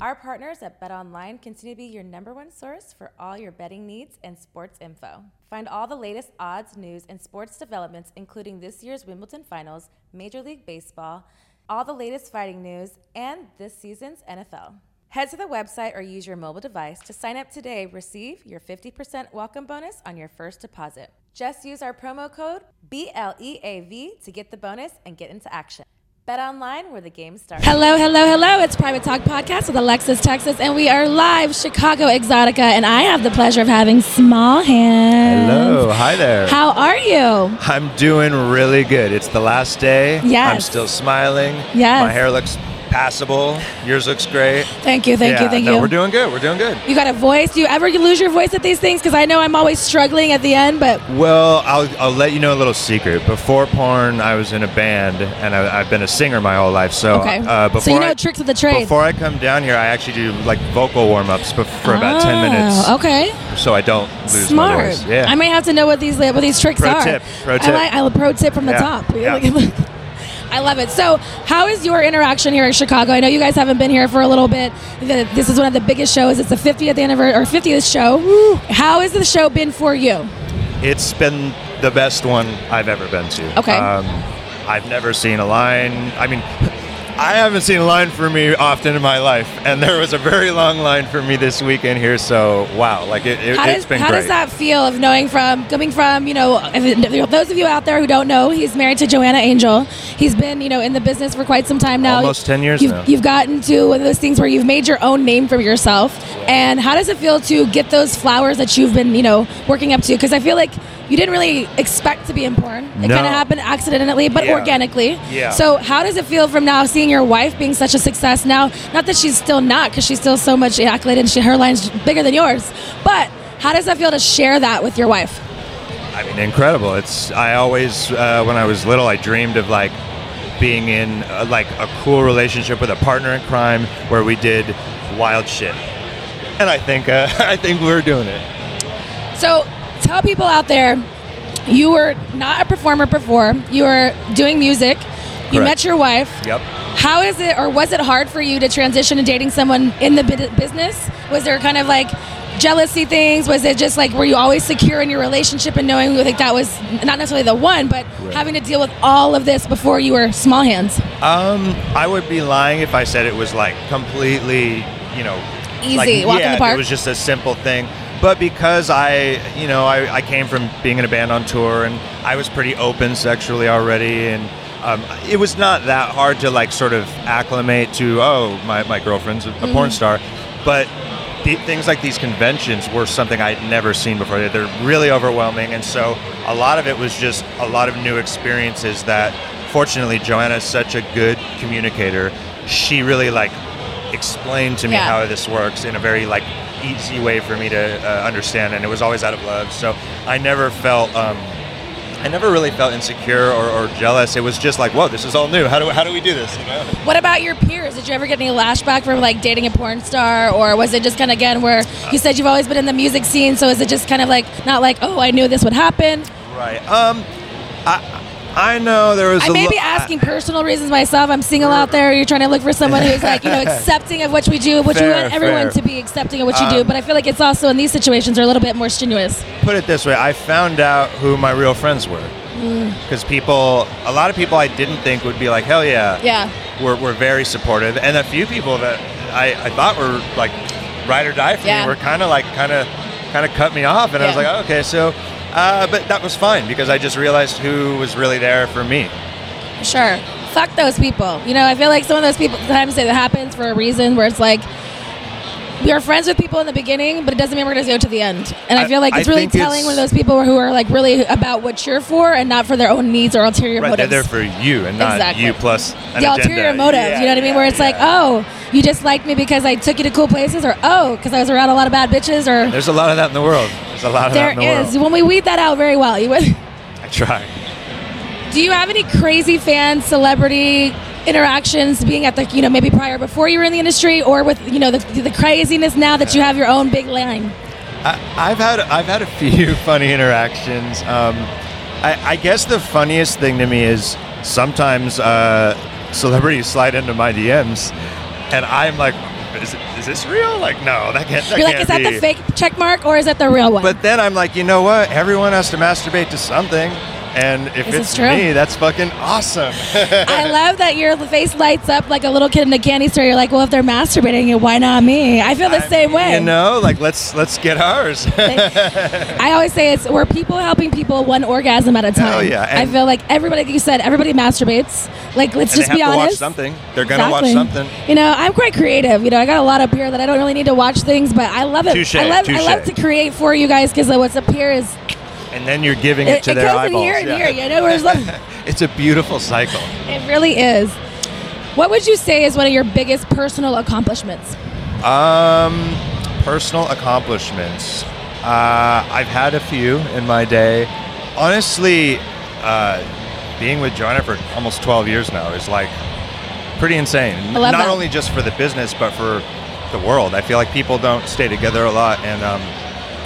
Our partners at BetOnline continue to be your number one source for all your betting needs and sports info. Find all the latest odds, news, and sports developments, including this year's Wimbledon Finals, Major League Baseball, all the latest fighting news, and this season's NFL. Head to the website or use your mobile device to sign up today. Receive your 50% welcome bonus on your first deposit. Just use our promo code BLEAV to get the bonus and get into action. Bet online where the game starts. Hello, hello, hello. It's Private Talk Podcast with Alexis Texas, and we are live, Chicago Exotica, and I have the pleasure of having Small Hands. Hello, hi there. How are you? I'm doing really good. It's the last day. Yes. I'm still smiling. Yes. My hair looks passable. Yours looks great. Thank you, thank yeah, you, thank no, you. We're doing good. We're doing good. you got a voice. Do you ever lose your voice at these things? Because I know I'm always struggling at the end, but Well, I'll, I'll let you know a little secret. Before porn, I was in a band, and I, I've been a singer my whole life. So, okay. uh, before so you know I, tricks of the trade. Before I come down here, I actually do like vocal warm ups for about ten Oh, minutes, Okay. so I don't lose Smart. my voice. Yeah. I may have to know what these what these tricks Pro are. tip, pro I tip. like, I will pro tip from the Yeah, top. yeah. I love it. So, how is your interaction here in Chicago? I know you guys haven't been here for a little bit. The- This is one of the biggest shows. It's the 50th anniversary or 50th show. How has the show been for you? It's been the best one I've ever been to. Okay. Um, I've never seen a line. I mean, I haven't seen a line for me often in my life, and there was a very long line for me this weekend here. So wow, like it, it, How has does been how great. does that feel of knowing from coming from you know if, those of you out there who don't know he's married to Joanna Angel. He's been you know in the business for quite some time now. Almost 10 years You've, now. you've gotten to one of those things where you've made your own name for yourself. And how does it feel to get those flowers that you've been you know working up to? Because I feel like you didn't really expect to be in porn. It No. kind of happened accidentally, but Yeah. organically. Yeah. So how does it feel from now seeing your wife being such a success now? Not that she's still not, because she's still so much accolade and she, her line's bigger than yours. But how does that feel to share that with your wife? I mean, incredible. It's I always uh, when I was little, I dreamed of like being in uh, like a cool relationship with a partner in crime where we did wild shit, and I think uh, I think we're doing it. So tell people out there, you were not a performer before. You were doing music. You Correct. met your wife. Yep. How is it, or was it hard for you to transition to dating someone in the bu- business? Was there kind of like jealousy things? Was it just like were you always secure in your relationship and knowing like that was not necessarily the one, but Right. having to deal with all of this before you were small hands? Um, I would be lying if I said it was like completely, you know, Easy, like, walk in yeah, the park. It was just a simple thing. But because I, you know, I, I came from being in a band on tour and I was pretty open sexually already, and um, it was not that hard to like sort of acclimate to, oh, my, my girlfriend's a, a porn star. But the, things like these conventions were something I'd never seen before. They're- They're really overwhelming. And so a lot of it was just a lot of new experiences that fortunately Joanna is such a good communicator. She really like explained to me Yeah. how this works in a very like easy way for me to uh, understand and it was always out of love. So I never felt um, I never really felt insecure or, or jealous. It was just like, whoa, this is all new. How do, how do we do this? You know? What about your peers? Did you ever get any lashback from like dating a porn star, or was it just kind of again where you said you've always been in the music scene? So is it just kind of like not like oh I knew this would happen? Right. Um, I, I know there was I a may lo- be asking personal reasons myself. I'm single out there. You're trying to look for someone who's like, you know, accepting of what we do, which we Fair, want everyone fair. to be accepting of what you do. Um, But I feel like it's also in these situations are a little bit more strenuous. put it this way i found out who my real friends were Mm. because people a lot of people i didn't think would be like hell yeah, Yeah. Were, were very supportive and a few people that i, I thought were like ride or die for Yeah. me were kind of like kind of kind of cut me off and i was Yeah. like "Oh, okay so uh, but that was fine because i just realized who was really there for me Sure. Fuck those people. You know, I feel like some of those people times it happens for a reason where it's like we are friends with people in the beginning, but it doesn't mean we're going to go to the end. And I, I- feel like I it's really think it's- telling when those people who are like really about what you're for and not for their own needs or ulterior right motives. they're there for you and not Exactly. you plus an the agenda. ulterior motive. Yeah, you know what I mean? yeah, Where it's like, yeah. oh, you just liked me because I took you to cool places, or oh, because I was around a lot of bad bitches, or there's a lot of that in the world there's a lot of that there in the is. world When we weed that out very well, you would. i try Do you have any crazy fan celebrity interactions being at the, you know, maybe prior before you were in the industry or with, you know, the, the craziness now that you have your own big line? I, I've had I've had a few funny interactions. Um, I, I guess the funniest thing to me is sometimes uh, celebrities slide into my DMs, and I'm like, is, it, is this real? Like, no, that can't. That You're like, can't is that be." the fake check mark or is that the real one? But then I'm like, you know what? Everyone has to masturbate to something. And if This is it's true. me, that's fucking awesome. I love that your face lights up like a little kid in a candy store. You're like, well, if they're masturbating it, why not me? I feel the same way. you know, like let's let's get ours. I always say it's we're people helping people one orgasm at a time. Hell yeah, I and- feel like everybody, like you said, everybody masturbates. Like, let's And just they be have to honest. watch something. They're gonna watch something. You know, I'm quite creative. You know, I got a lot up here that I don't really need to watch things, but I love it. Touche, I love I touche. love to create for you guys because what's up here is and then you're giving it, it, to it their goes eyeballs. in here and Yeah. here. You know, where's like, It's a beautiful cycle. it really is. What would you say is one of your biggest personal accomplishments? Um, personal accomplishments. Uh, I've had a few in my day. Honestly, uh, being with Joanna for almost 12 years now is like pretty insane. I love Not that. only just for the business, but for the world. I feel like people don't stay together a lot, and um,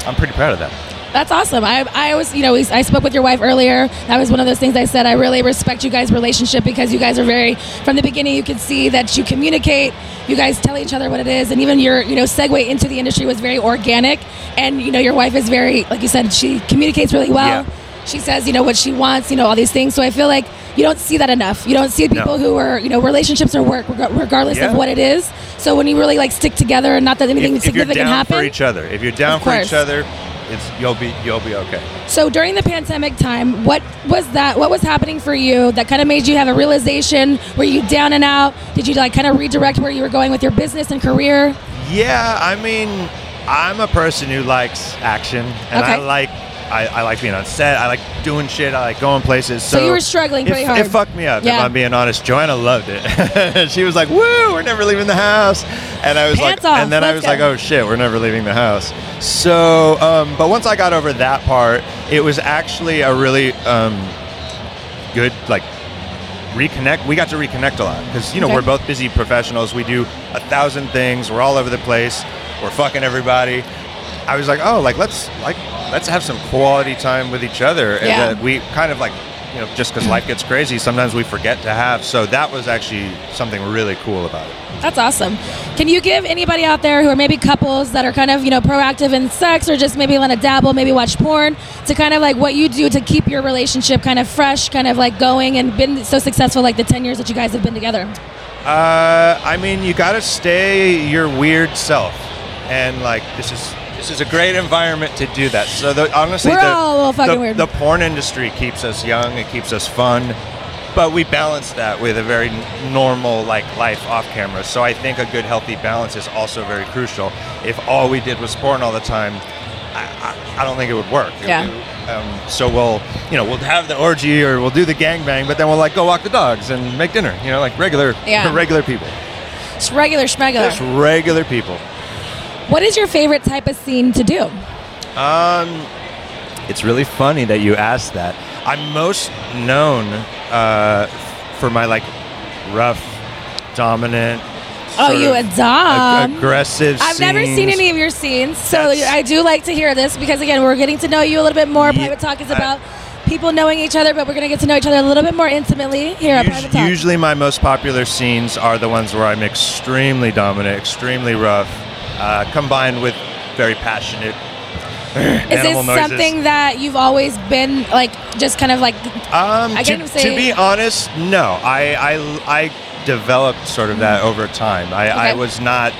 I'm pretty proud of that. That's awesome. I, I always, you know, we, I spoke with your wife earlier. That was one of those things I said. I really respect you guys' relationship because you guys are very, from the beginning, you could see that you communicate, you guys tell each other what it is, and even your, you know, segue into the industry was very organic. And, you know, your wife is very, like you said, she communicates really well. Yeah. She says, you know, what she wants, you know, all these things. So I feel like you don't see that enough. You don't see people who are, you know, relationships are work reg- regardless Yeah. of what it is. So when you really like stick together and not that anything if, if you're significant down happened. for each other, if you're down Of for course. each other, it's you'll be you'll be okay. So during the pandemic time, what was that? What was happening for you that kind of made you have a realization? Were you down and out? Did you like kind of redirect where you were going with your business and career? Yeah, I mean, I'm a person who likes action, and I Okay. like I, I like being on set. I like doing shit. I like going places. So, So you were struggling it- pretty hard. It fucked me up. Yeah. If I'm being honest, Joanna loved it. she was like, "Woo, we're never leaving the house," and I was Pants like, off, and then I let's was go. like, "Oh shit, we're never leaving the house." So, um, but once I got over that part, it was actually a really um, good like reconnect. We got to reconnect a lot because you know Okay. we're both busy professionals. We do a thousand things. We're all over the place. We're fucking everybody. I was like, oh, like let's like let's have some quality time with each other, and Yeah. that we kind of like you know just because life gets crazy, sometimes we forget to have. So that was actually something really cool about it. That's awesome. Can you give anybody out there who are maybe couples that are kind of you know proactive in sex or just maybe want to dabble, maybe watch porn, to kind of like what you do to keep your relationship kind of fresh, kind of like going and been so successful like the ten years that you guys have been together? Uh, I mean, you got to stay your weird self, and like this is this is a great environment to do that. So the, honestly, We're the, all a little fucking the, weird. the porn industry keeps us young, it keeps us fun, but we balance that with a very n- normal like life off camera. So I think a good healthy balance is also very crucial. If all we did was porn all the time. I, I, I don't think it would work. Yeah. Um, so we'll, you know, we'll have the orgy or we'll do the gangbang, but then we'll like go walk the dogs and make dinner. You know, like regular, Yeah. regular people. Just regular schmegular. Just regular people. What is your favorite type of scene to do? Um, it's really funny that you asked that. I'm most known uh, for my like rough, dominant. Oh, sort you of a dom. ag- aggressive. I've never seen scenes. any of your scenes, so That's- I do like to hear this because again, we're getting to know you a little bit more. Ye- Private Talk is I- about people knowing each other, but we're gonna get to know each other a little bit more intimately here at Us- Private Talk. Usually, my most popular scenes are the ones where I'm extremely dominant, extremely rough, uh, combined with very passionate. is animal this noises. something that you've always been like, just kind of like? Um, to, I can't even to say- be honest, no. I, I, I developed sort of that over time. I, I Mm. Okay. was not.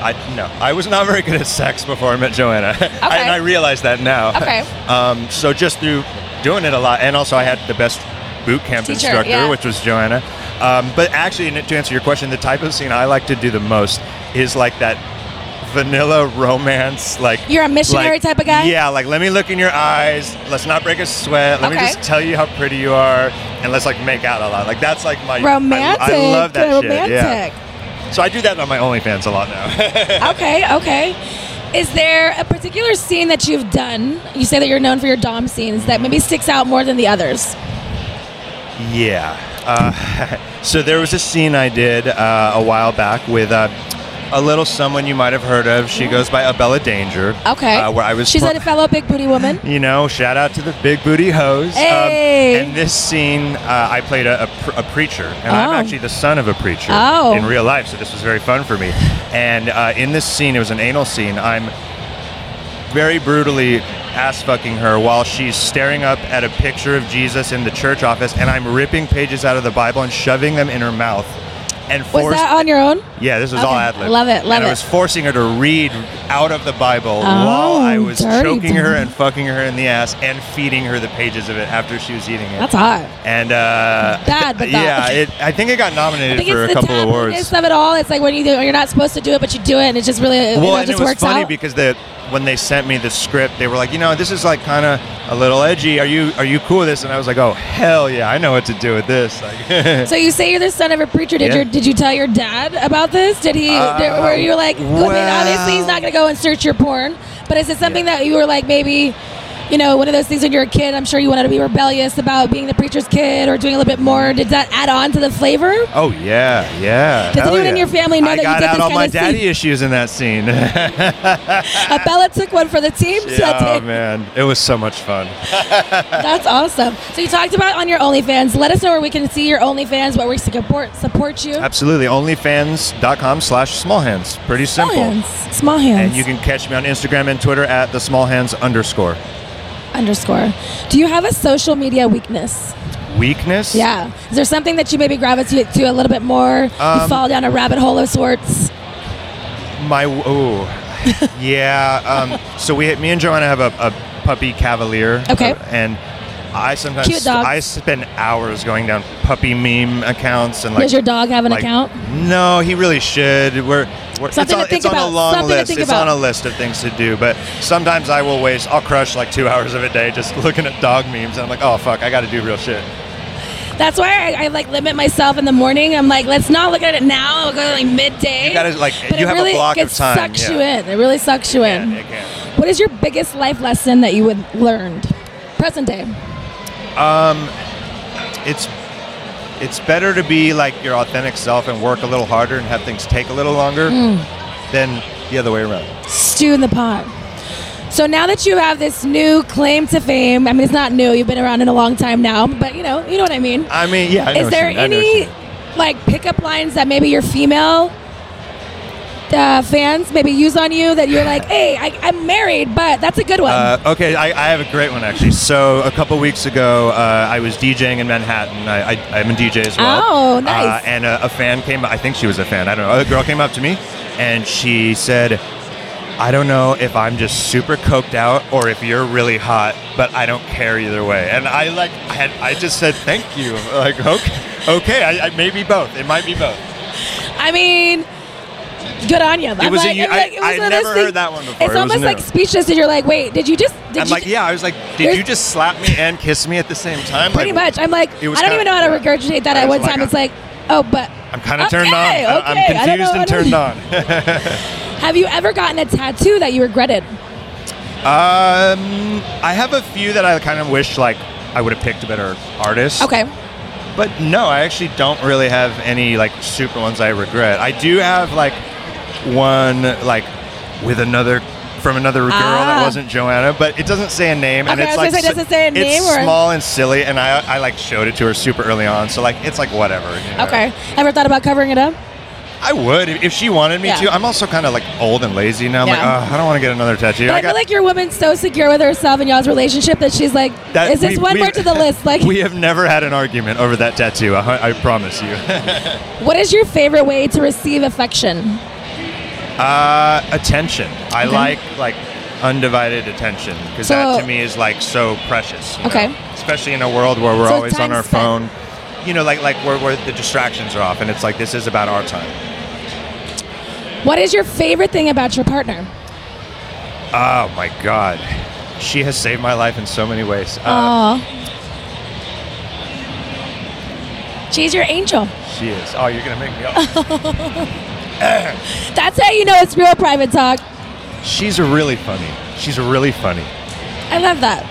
I no. I was not very good at sex before I met Joanna, I, and I realize that now. Okay. Um, so just through doing it a lot, and also I had the best boot camp Teacher, instructor, yeah. which was Joanna. Um, but actually, and to answer your question, the type of scene I like to do the most is like that vanilla romance, like You're a missionary like- type of guy? Yeah, like let me look in your eyes. Let's not break a sweat. Let me Okay. just tell you how pretty you are, and let's like make out a lot. Like that's like my I- Romantic, I, love that romantic. shit. Yeah. So I do that on my OnlyFans a lot now. okay, okay. Is there a particular scene that you've done? You say that you're known for your dom scenes that maybe sticks out more than the others. Yeah. Uh, so there was a scene I did uh, a while back with uh, a little someone you might have heard of. She goes by Abella Danger. Mm-hmm. Okay. Uh, where I was. She's pro- a fellow big booty woman. you know, shout out to the big booty hoes. Um, Hey. and this scene, uh, I played a, a, pr- a preacher, and I'm Oh. actually the son of a preacher Oh. in real life, so this was very fun for me. And uh, in this scene, it was an anal scene. I'm very brutally ass fucking her while she's staring up at a picture of Jesus in the church office, and I'm ripping pages out of the Bible and shoving them in her mouth. And Was force- that on your own? yeah, this was all Okay. ad lib. Love it, love and I it. Oh, was forcing her to read out of the Bible while I was dirty, choking her dirty. and fucking her in the ass and feeding her the pages of it after she was eating it. That's hot. and uh, Bad, but yeah, that- it, I think it got I nominated think for a it's the couple tabloidness awards. of it all. It's like when you do, you're not supposed to do it, but you do it, and it just really you know, Well, it and just it was works funny out. because the when they sent me the script, they were like, you know, this is like kind of a little edgy. Are you are you cool with this? And I was like, oh hell yeah, I know what to do with this. Like, so you say you're the son of a preacher. Did Yeah. your did you tell your dad about this? Did he? Uh, did- were you like? I mean, obviously he's well- not going to go and search your porn, but is it something that you were like maybe? You know, one of those things when you're a kid, I'm sure you wanted to be rebellious about being the preacher's kid or doing a little bit more. Did that add on to the flavor? Oh yeah, yeah. Does hell anyone in yeah. your family know I that you got did out this all kind my of daddy scene? issues in that scene? Abella took one for the team. so Yeah, that's oh it. man, it was so much fun. That's awesome. So you talked about on your OnlyFans. Let us know where we can see your OnlyFans, where we can support support you. Absolutely, onlyfans.com slash small hands. Pretty Small simple. hands. Small hands. And you can catch me on Instagram and Twitter at the small hands underscore. underscore. Do you have a social media weakness? Weakness? Yeah. Is there something that you maybe gravitate to a little bit more? you Um, fall down a rabbit hole of sorts. My oh, yeah. Um, so we me and Joanna have a, a puppy cavalier. Okay. uh, and I sometimes Cute dogs. I spend hours going down puppy meme accounts and like. Does your dog have an like, account? No, he really should. We're, we're Something it's on, to think it's on about. a long Something to list. think it's about. on a list of things to do. But sometimes I will waste. I'll crush like two hours of a day just looking at dog memes, and I'm like, oh fuck, I got to do real shit. That's why I, I like limit myself in the morning. I'm like, let's not look at it now. I'll go like midday. You gotta, like, but you it have a really block of gets- time, Sucks yeah. you in. It really sucks you in. And I can't. What is your biggest life lesson that you would learned? Present day. it's it's better to be like your authentic self and work a little harder and have things take a little longer Hmm. than the other way around. Stew in the pot. So now that you have this new claim to fame, I mean it's not new, you've been around in a long time now, but you know, you know what I mean. I mean, yeah. I know is what there you mean, I know what any you mean. like pickup lines that maybe your female uh, fans maybe use on you that you're like, hey, I, I'm married, but that's a good one. Uh, okay, I, I have a great one actually. So a couple weeks ago, uh, I was DJing in Manhattan. I, I, I'm a DJ as well. Oh, nice. Uh, and a, a fan came. I think she was a fan. I don't know. A girl came up to me, and she said, "I don't know if I'm just super coked out or if you're really hot, but I don't care either way." And I like, I, had, I just said thank you. Like, okay, okay, I, I maybe both. It might be both. I mean, good on you. was a u- I'm I- I one of never those heard things- that one before. It It's was almost new. like speechless, and you're like, wait, did you just? Did I'm you like, yeah. I was like, did There's- you just slap me and kiss me at the same time? Pretty like, much. I'm like, I It was don't even know how kinda- to regurgitate that I at was one like, time. I- It's like, oh, but I'm kind of turned on. Okay, I- I'm okay, I don't know confused and what I'm- turned on. Have you ever gotten a tattoo that you regretted? Um, I have a few that I kind of wish like I would have picked a better artist. Okay. But no, I actually don't really have any like super ones I regret. I do have like one like with another from another girl Ah. that wasn't Joanna, but it doesn't say a name, and Okay, it's I was like gonna say, does it say a it's name or- small and silly, and I I like showed it to her super early on, so like it's like whatever. you know. Okay. Ever thought about covering it up? I would if if she wanted me Yeah. to. I'm also kind of like old and lazy now. I'm Yeah. like, oh, I don't want to get another tattoo. But I, got, feel like your woman's so secure with herself and y'all's relationship that she's like, That- is this we- one we- more to the list? Like, we have never had an argument over that tattoo. I, I promise you. what is your favorite way to receive affection? Uh, attention. I Okay. like like undivided attention because that So- to me is like so precious. you know? Okay. Especially in a world where we're So always on time our spent. phone. You know, like like where, where the distractions are off, and it's like this is about our time. What is your favorite thing about your partner? Oh my God, she has saved my life in so many ways. Uh, Aw. She's your angel. she is. Oh, you're gonna make me. Up. That's how you know it's real private talk. She's really funny. She's really funny. I love that.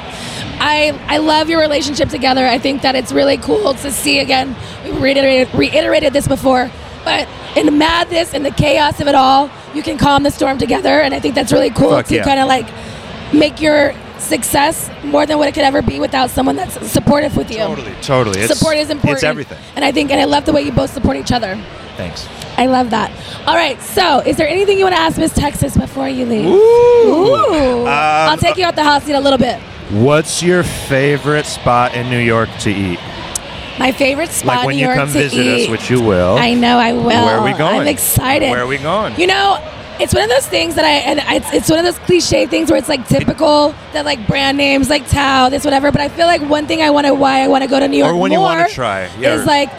I, I love your relationship together. I think that it's really cool to see again. We reiterated, reiterated this before, but in the madness and the chaos of it all, you can calm the storm together. And I think that's really cool Fuck to yeah. kind of like make your success more than what it could ever be without someone that's supportive with you. Totally, totally. It's- Support is important. It's everything. And I think, and I love the way you both support each other. Thanks. I love that. All right. So, is there anything you want to ask Miss Texas before you leave? Ooh. Um, I'll take you out the hot seat a little bit. What's your favorite spot in New York to eat? My favorite spot Like when in you New York come to visit eat. us, which you will. I know I will. Where are we going? I'm excited. Where are we going? You know, it's one of those things that I and I- it's, it's one of those cliche things where it's like typical that like brand names like Tao, this whatever. But I feel like one thing I want to why I want to go to New York Or when you more wanna try, yeah. is like.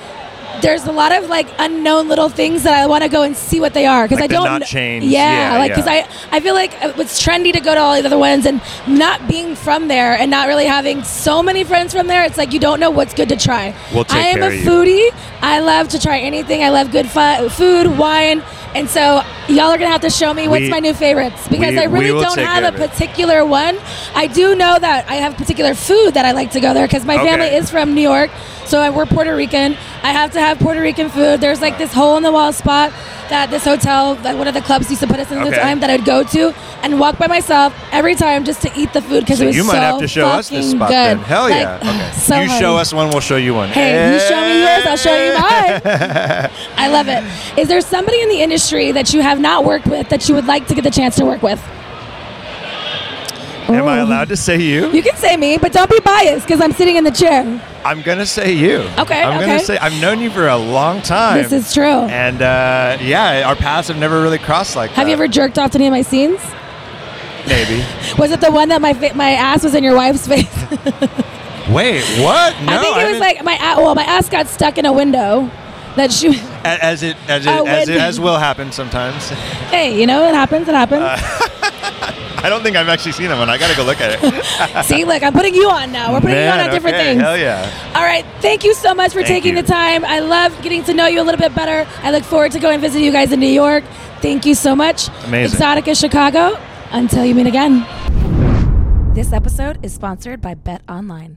There's a lot of like unknown little things that I want to go and see what they are because Like the I don't not kn- chains. Yeah, Yeah, like because yeah. I I feel like it's trendy to go to all the other ones and not being from there and not really having so many friends from there. It's like you don't know what's good to try. We'll take I am care a of you. foodie. I love to try anything. I love good fu- food, wine, and so y'all are gonna have to show me what's We- my new favorites because we- I we really will don't take have a care of it. particular one. I do know that I have particular food that I like to go there because my Okay. family is from New York, so I- we're Puerto Rican. I have to have Puerto Rican food. There's like this hole in the wall spot that this hotel, that one of the clubs used to put us in at the Okay. time that I'd go to and walk by myself every time just to eat the food because So it was you might so have to show us this fucking spot good. then. Hell Like, yeah. Okay. so you show hungry. us one, we'll show you one. Eh. Hey, you show me yours, I'll show you mine. I love it. Is there somebody in the industry that you have not worked with that you would like to get the chance to work with? Am I Ooh. allowed to say you? You can say me, but don't be biased because I'm sitting in the chair. I'm gonna say you. Okay, I'm gonna okay. say I've known you for a long time. This is true. And uh, yeah, our paths have never really crossed like Have you ever that. jerked off to any of my scenes? Maybe. Was it the one that my fa- my ass was in your wife's face? Wait, what? No. I think it was haven't- like my a- well, my ass got stuck in a window. That she, A- as it as it, Oh, as, it when- as will happen sometimes. hey, you know, it happens. It happens. I don't think I've actually seen that one. I gotta go look at it. See, look, I'm putting you on now. We're putting you Man, on on different okay, things. Hell yeah. All right. Thank you so much for Thank taking you. the time. I love getting to know you a little bit better. I look forward to going and visiting you guys in New York. Thank you so much. Amazing. Exotica Chicago. Until you meet again. This episode is sponsored by Bet Online.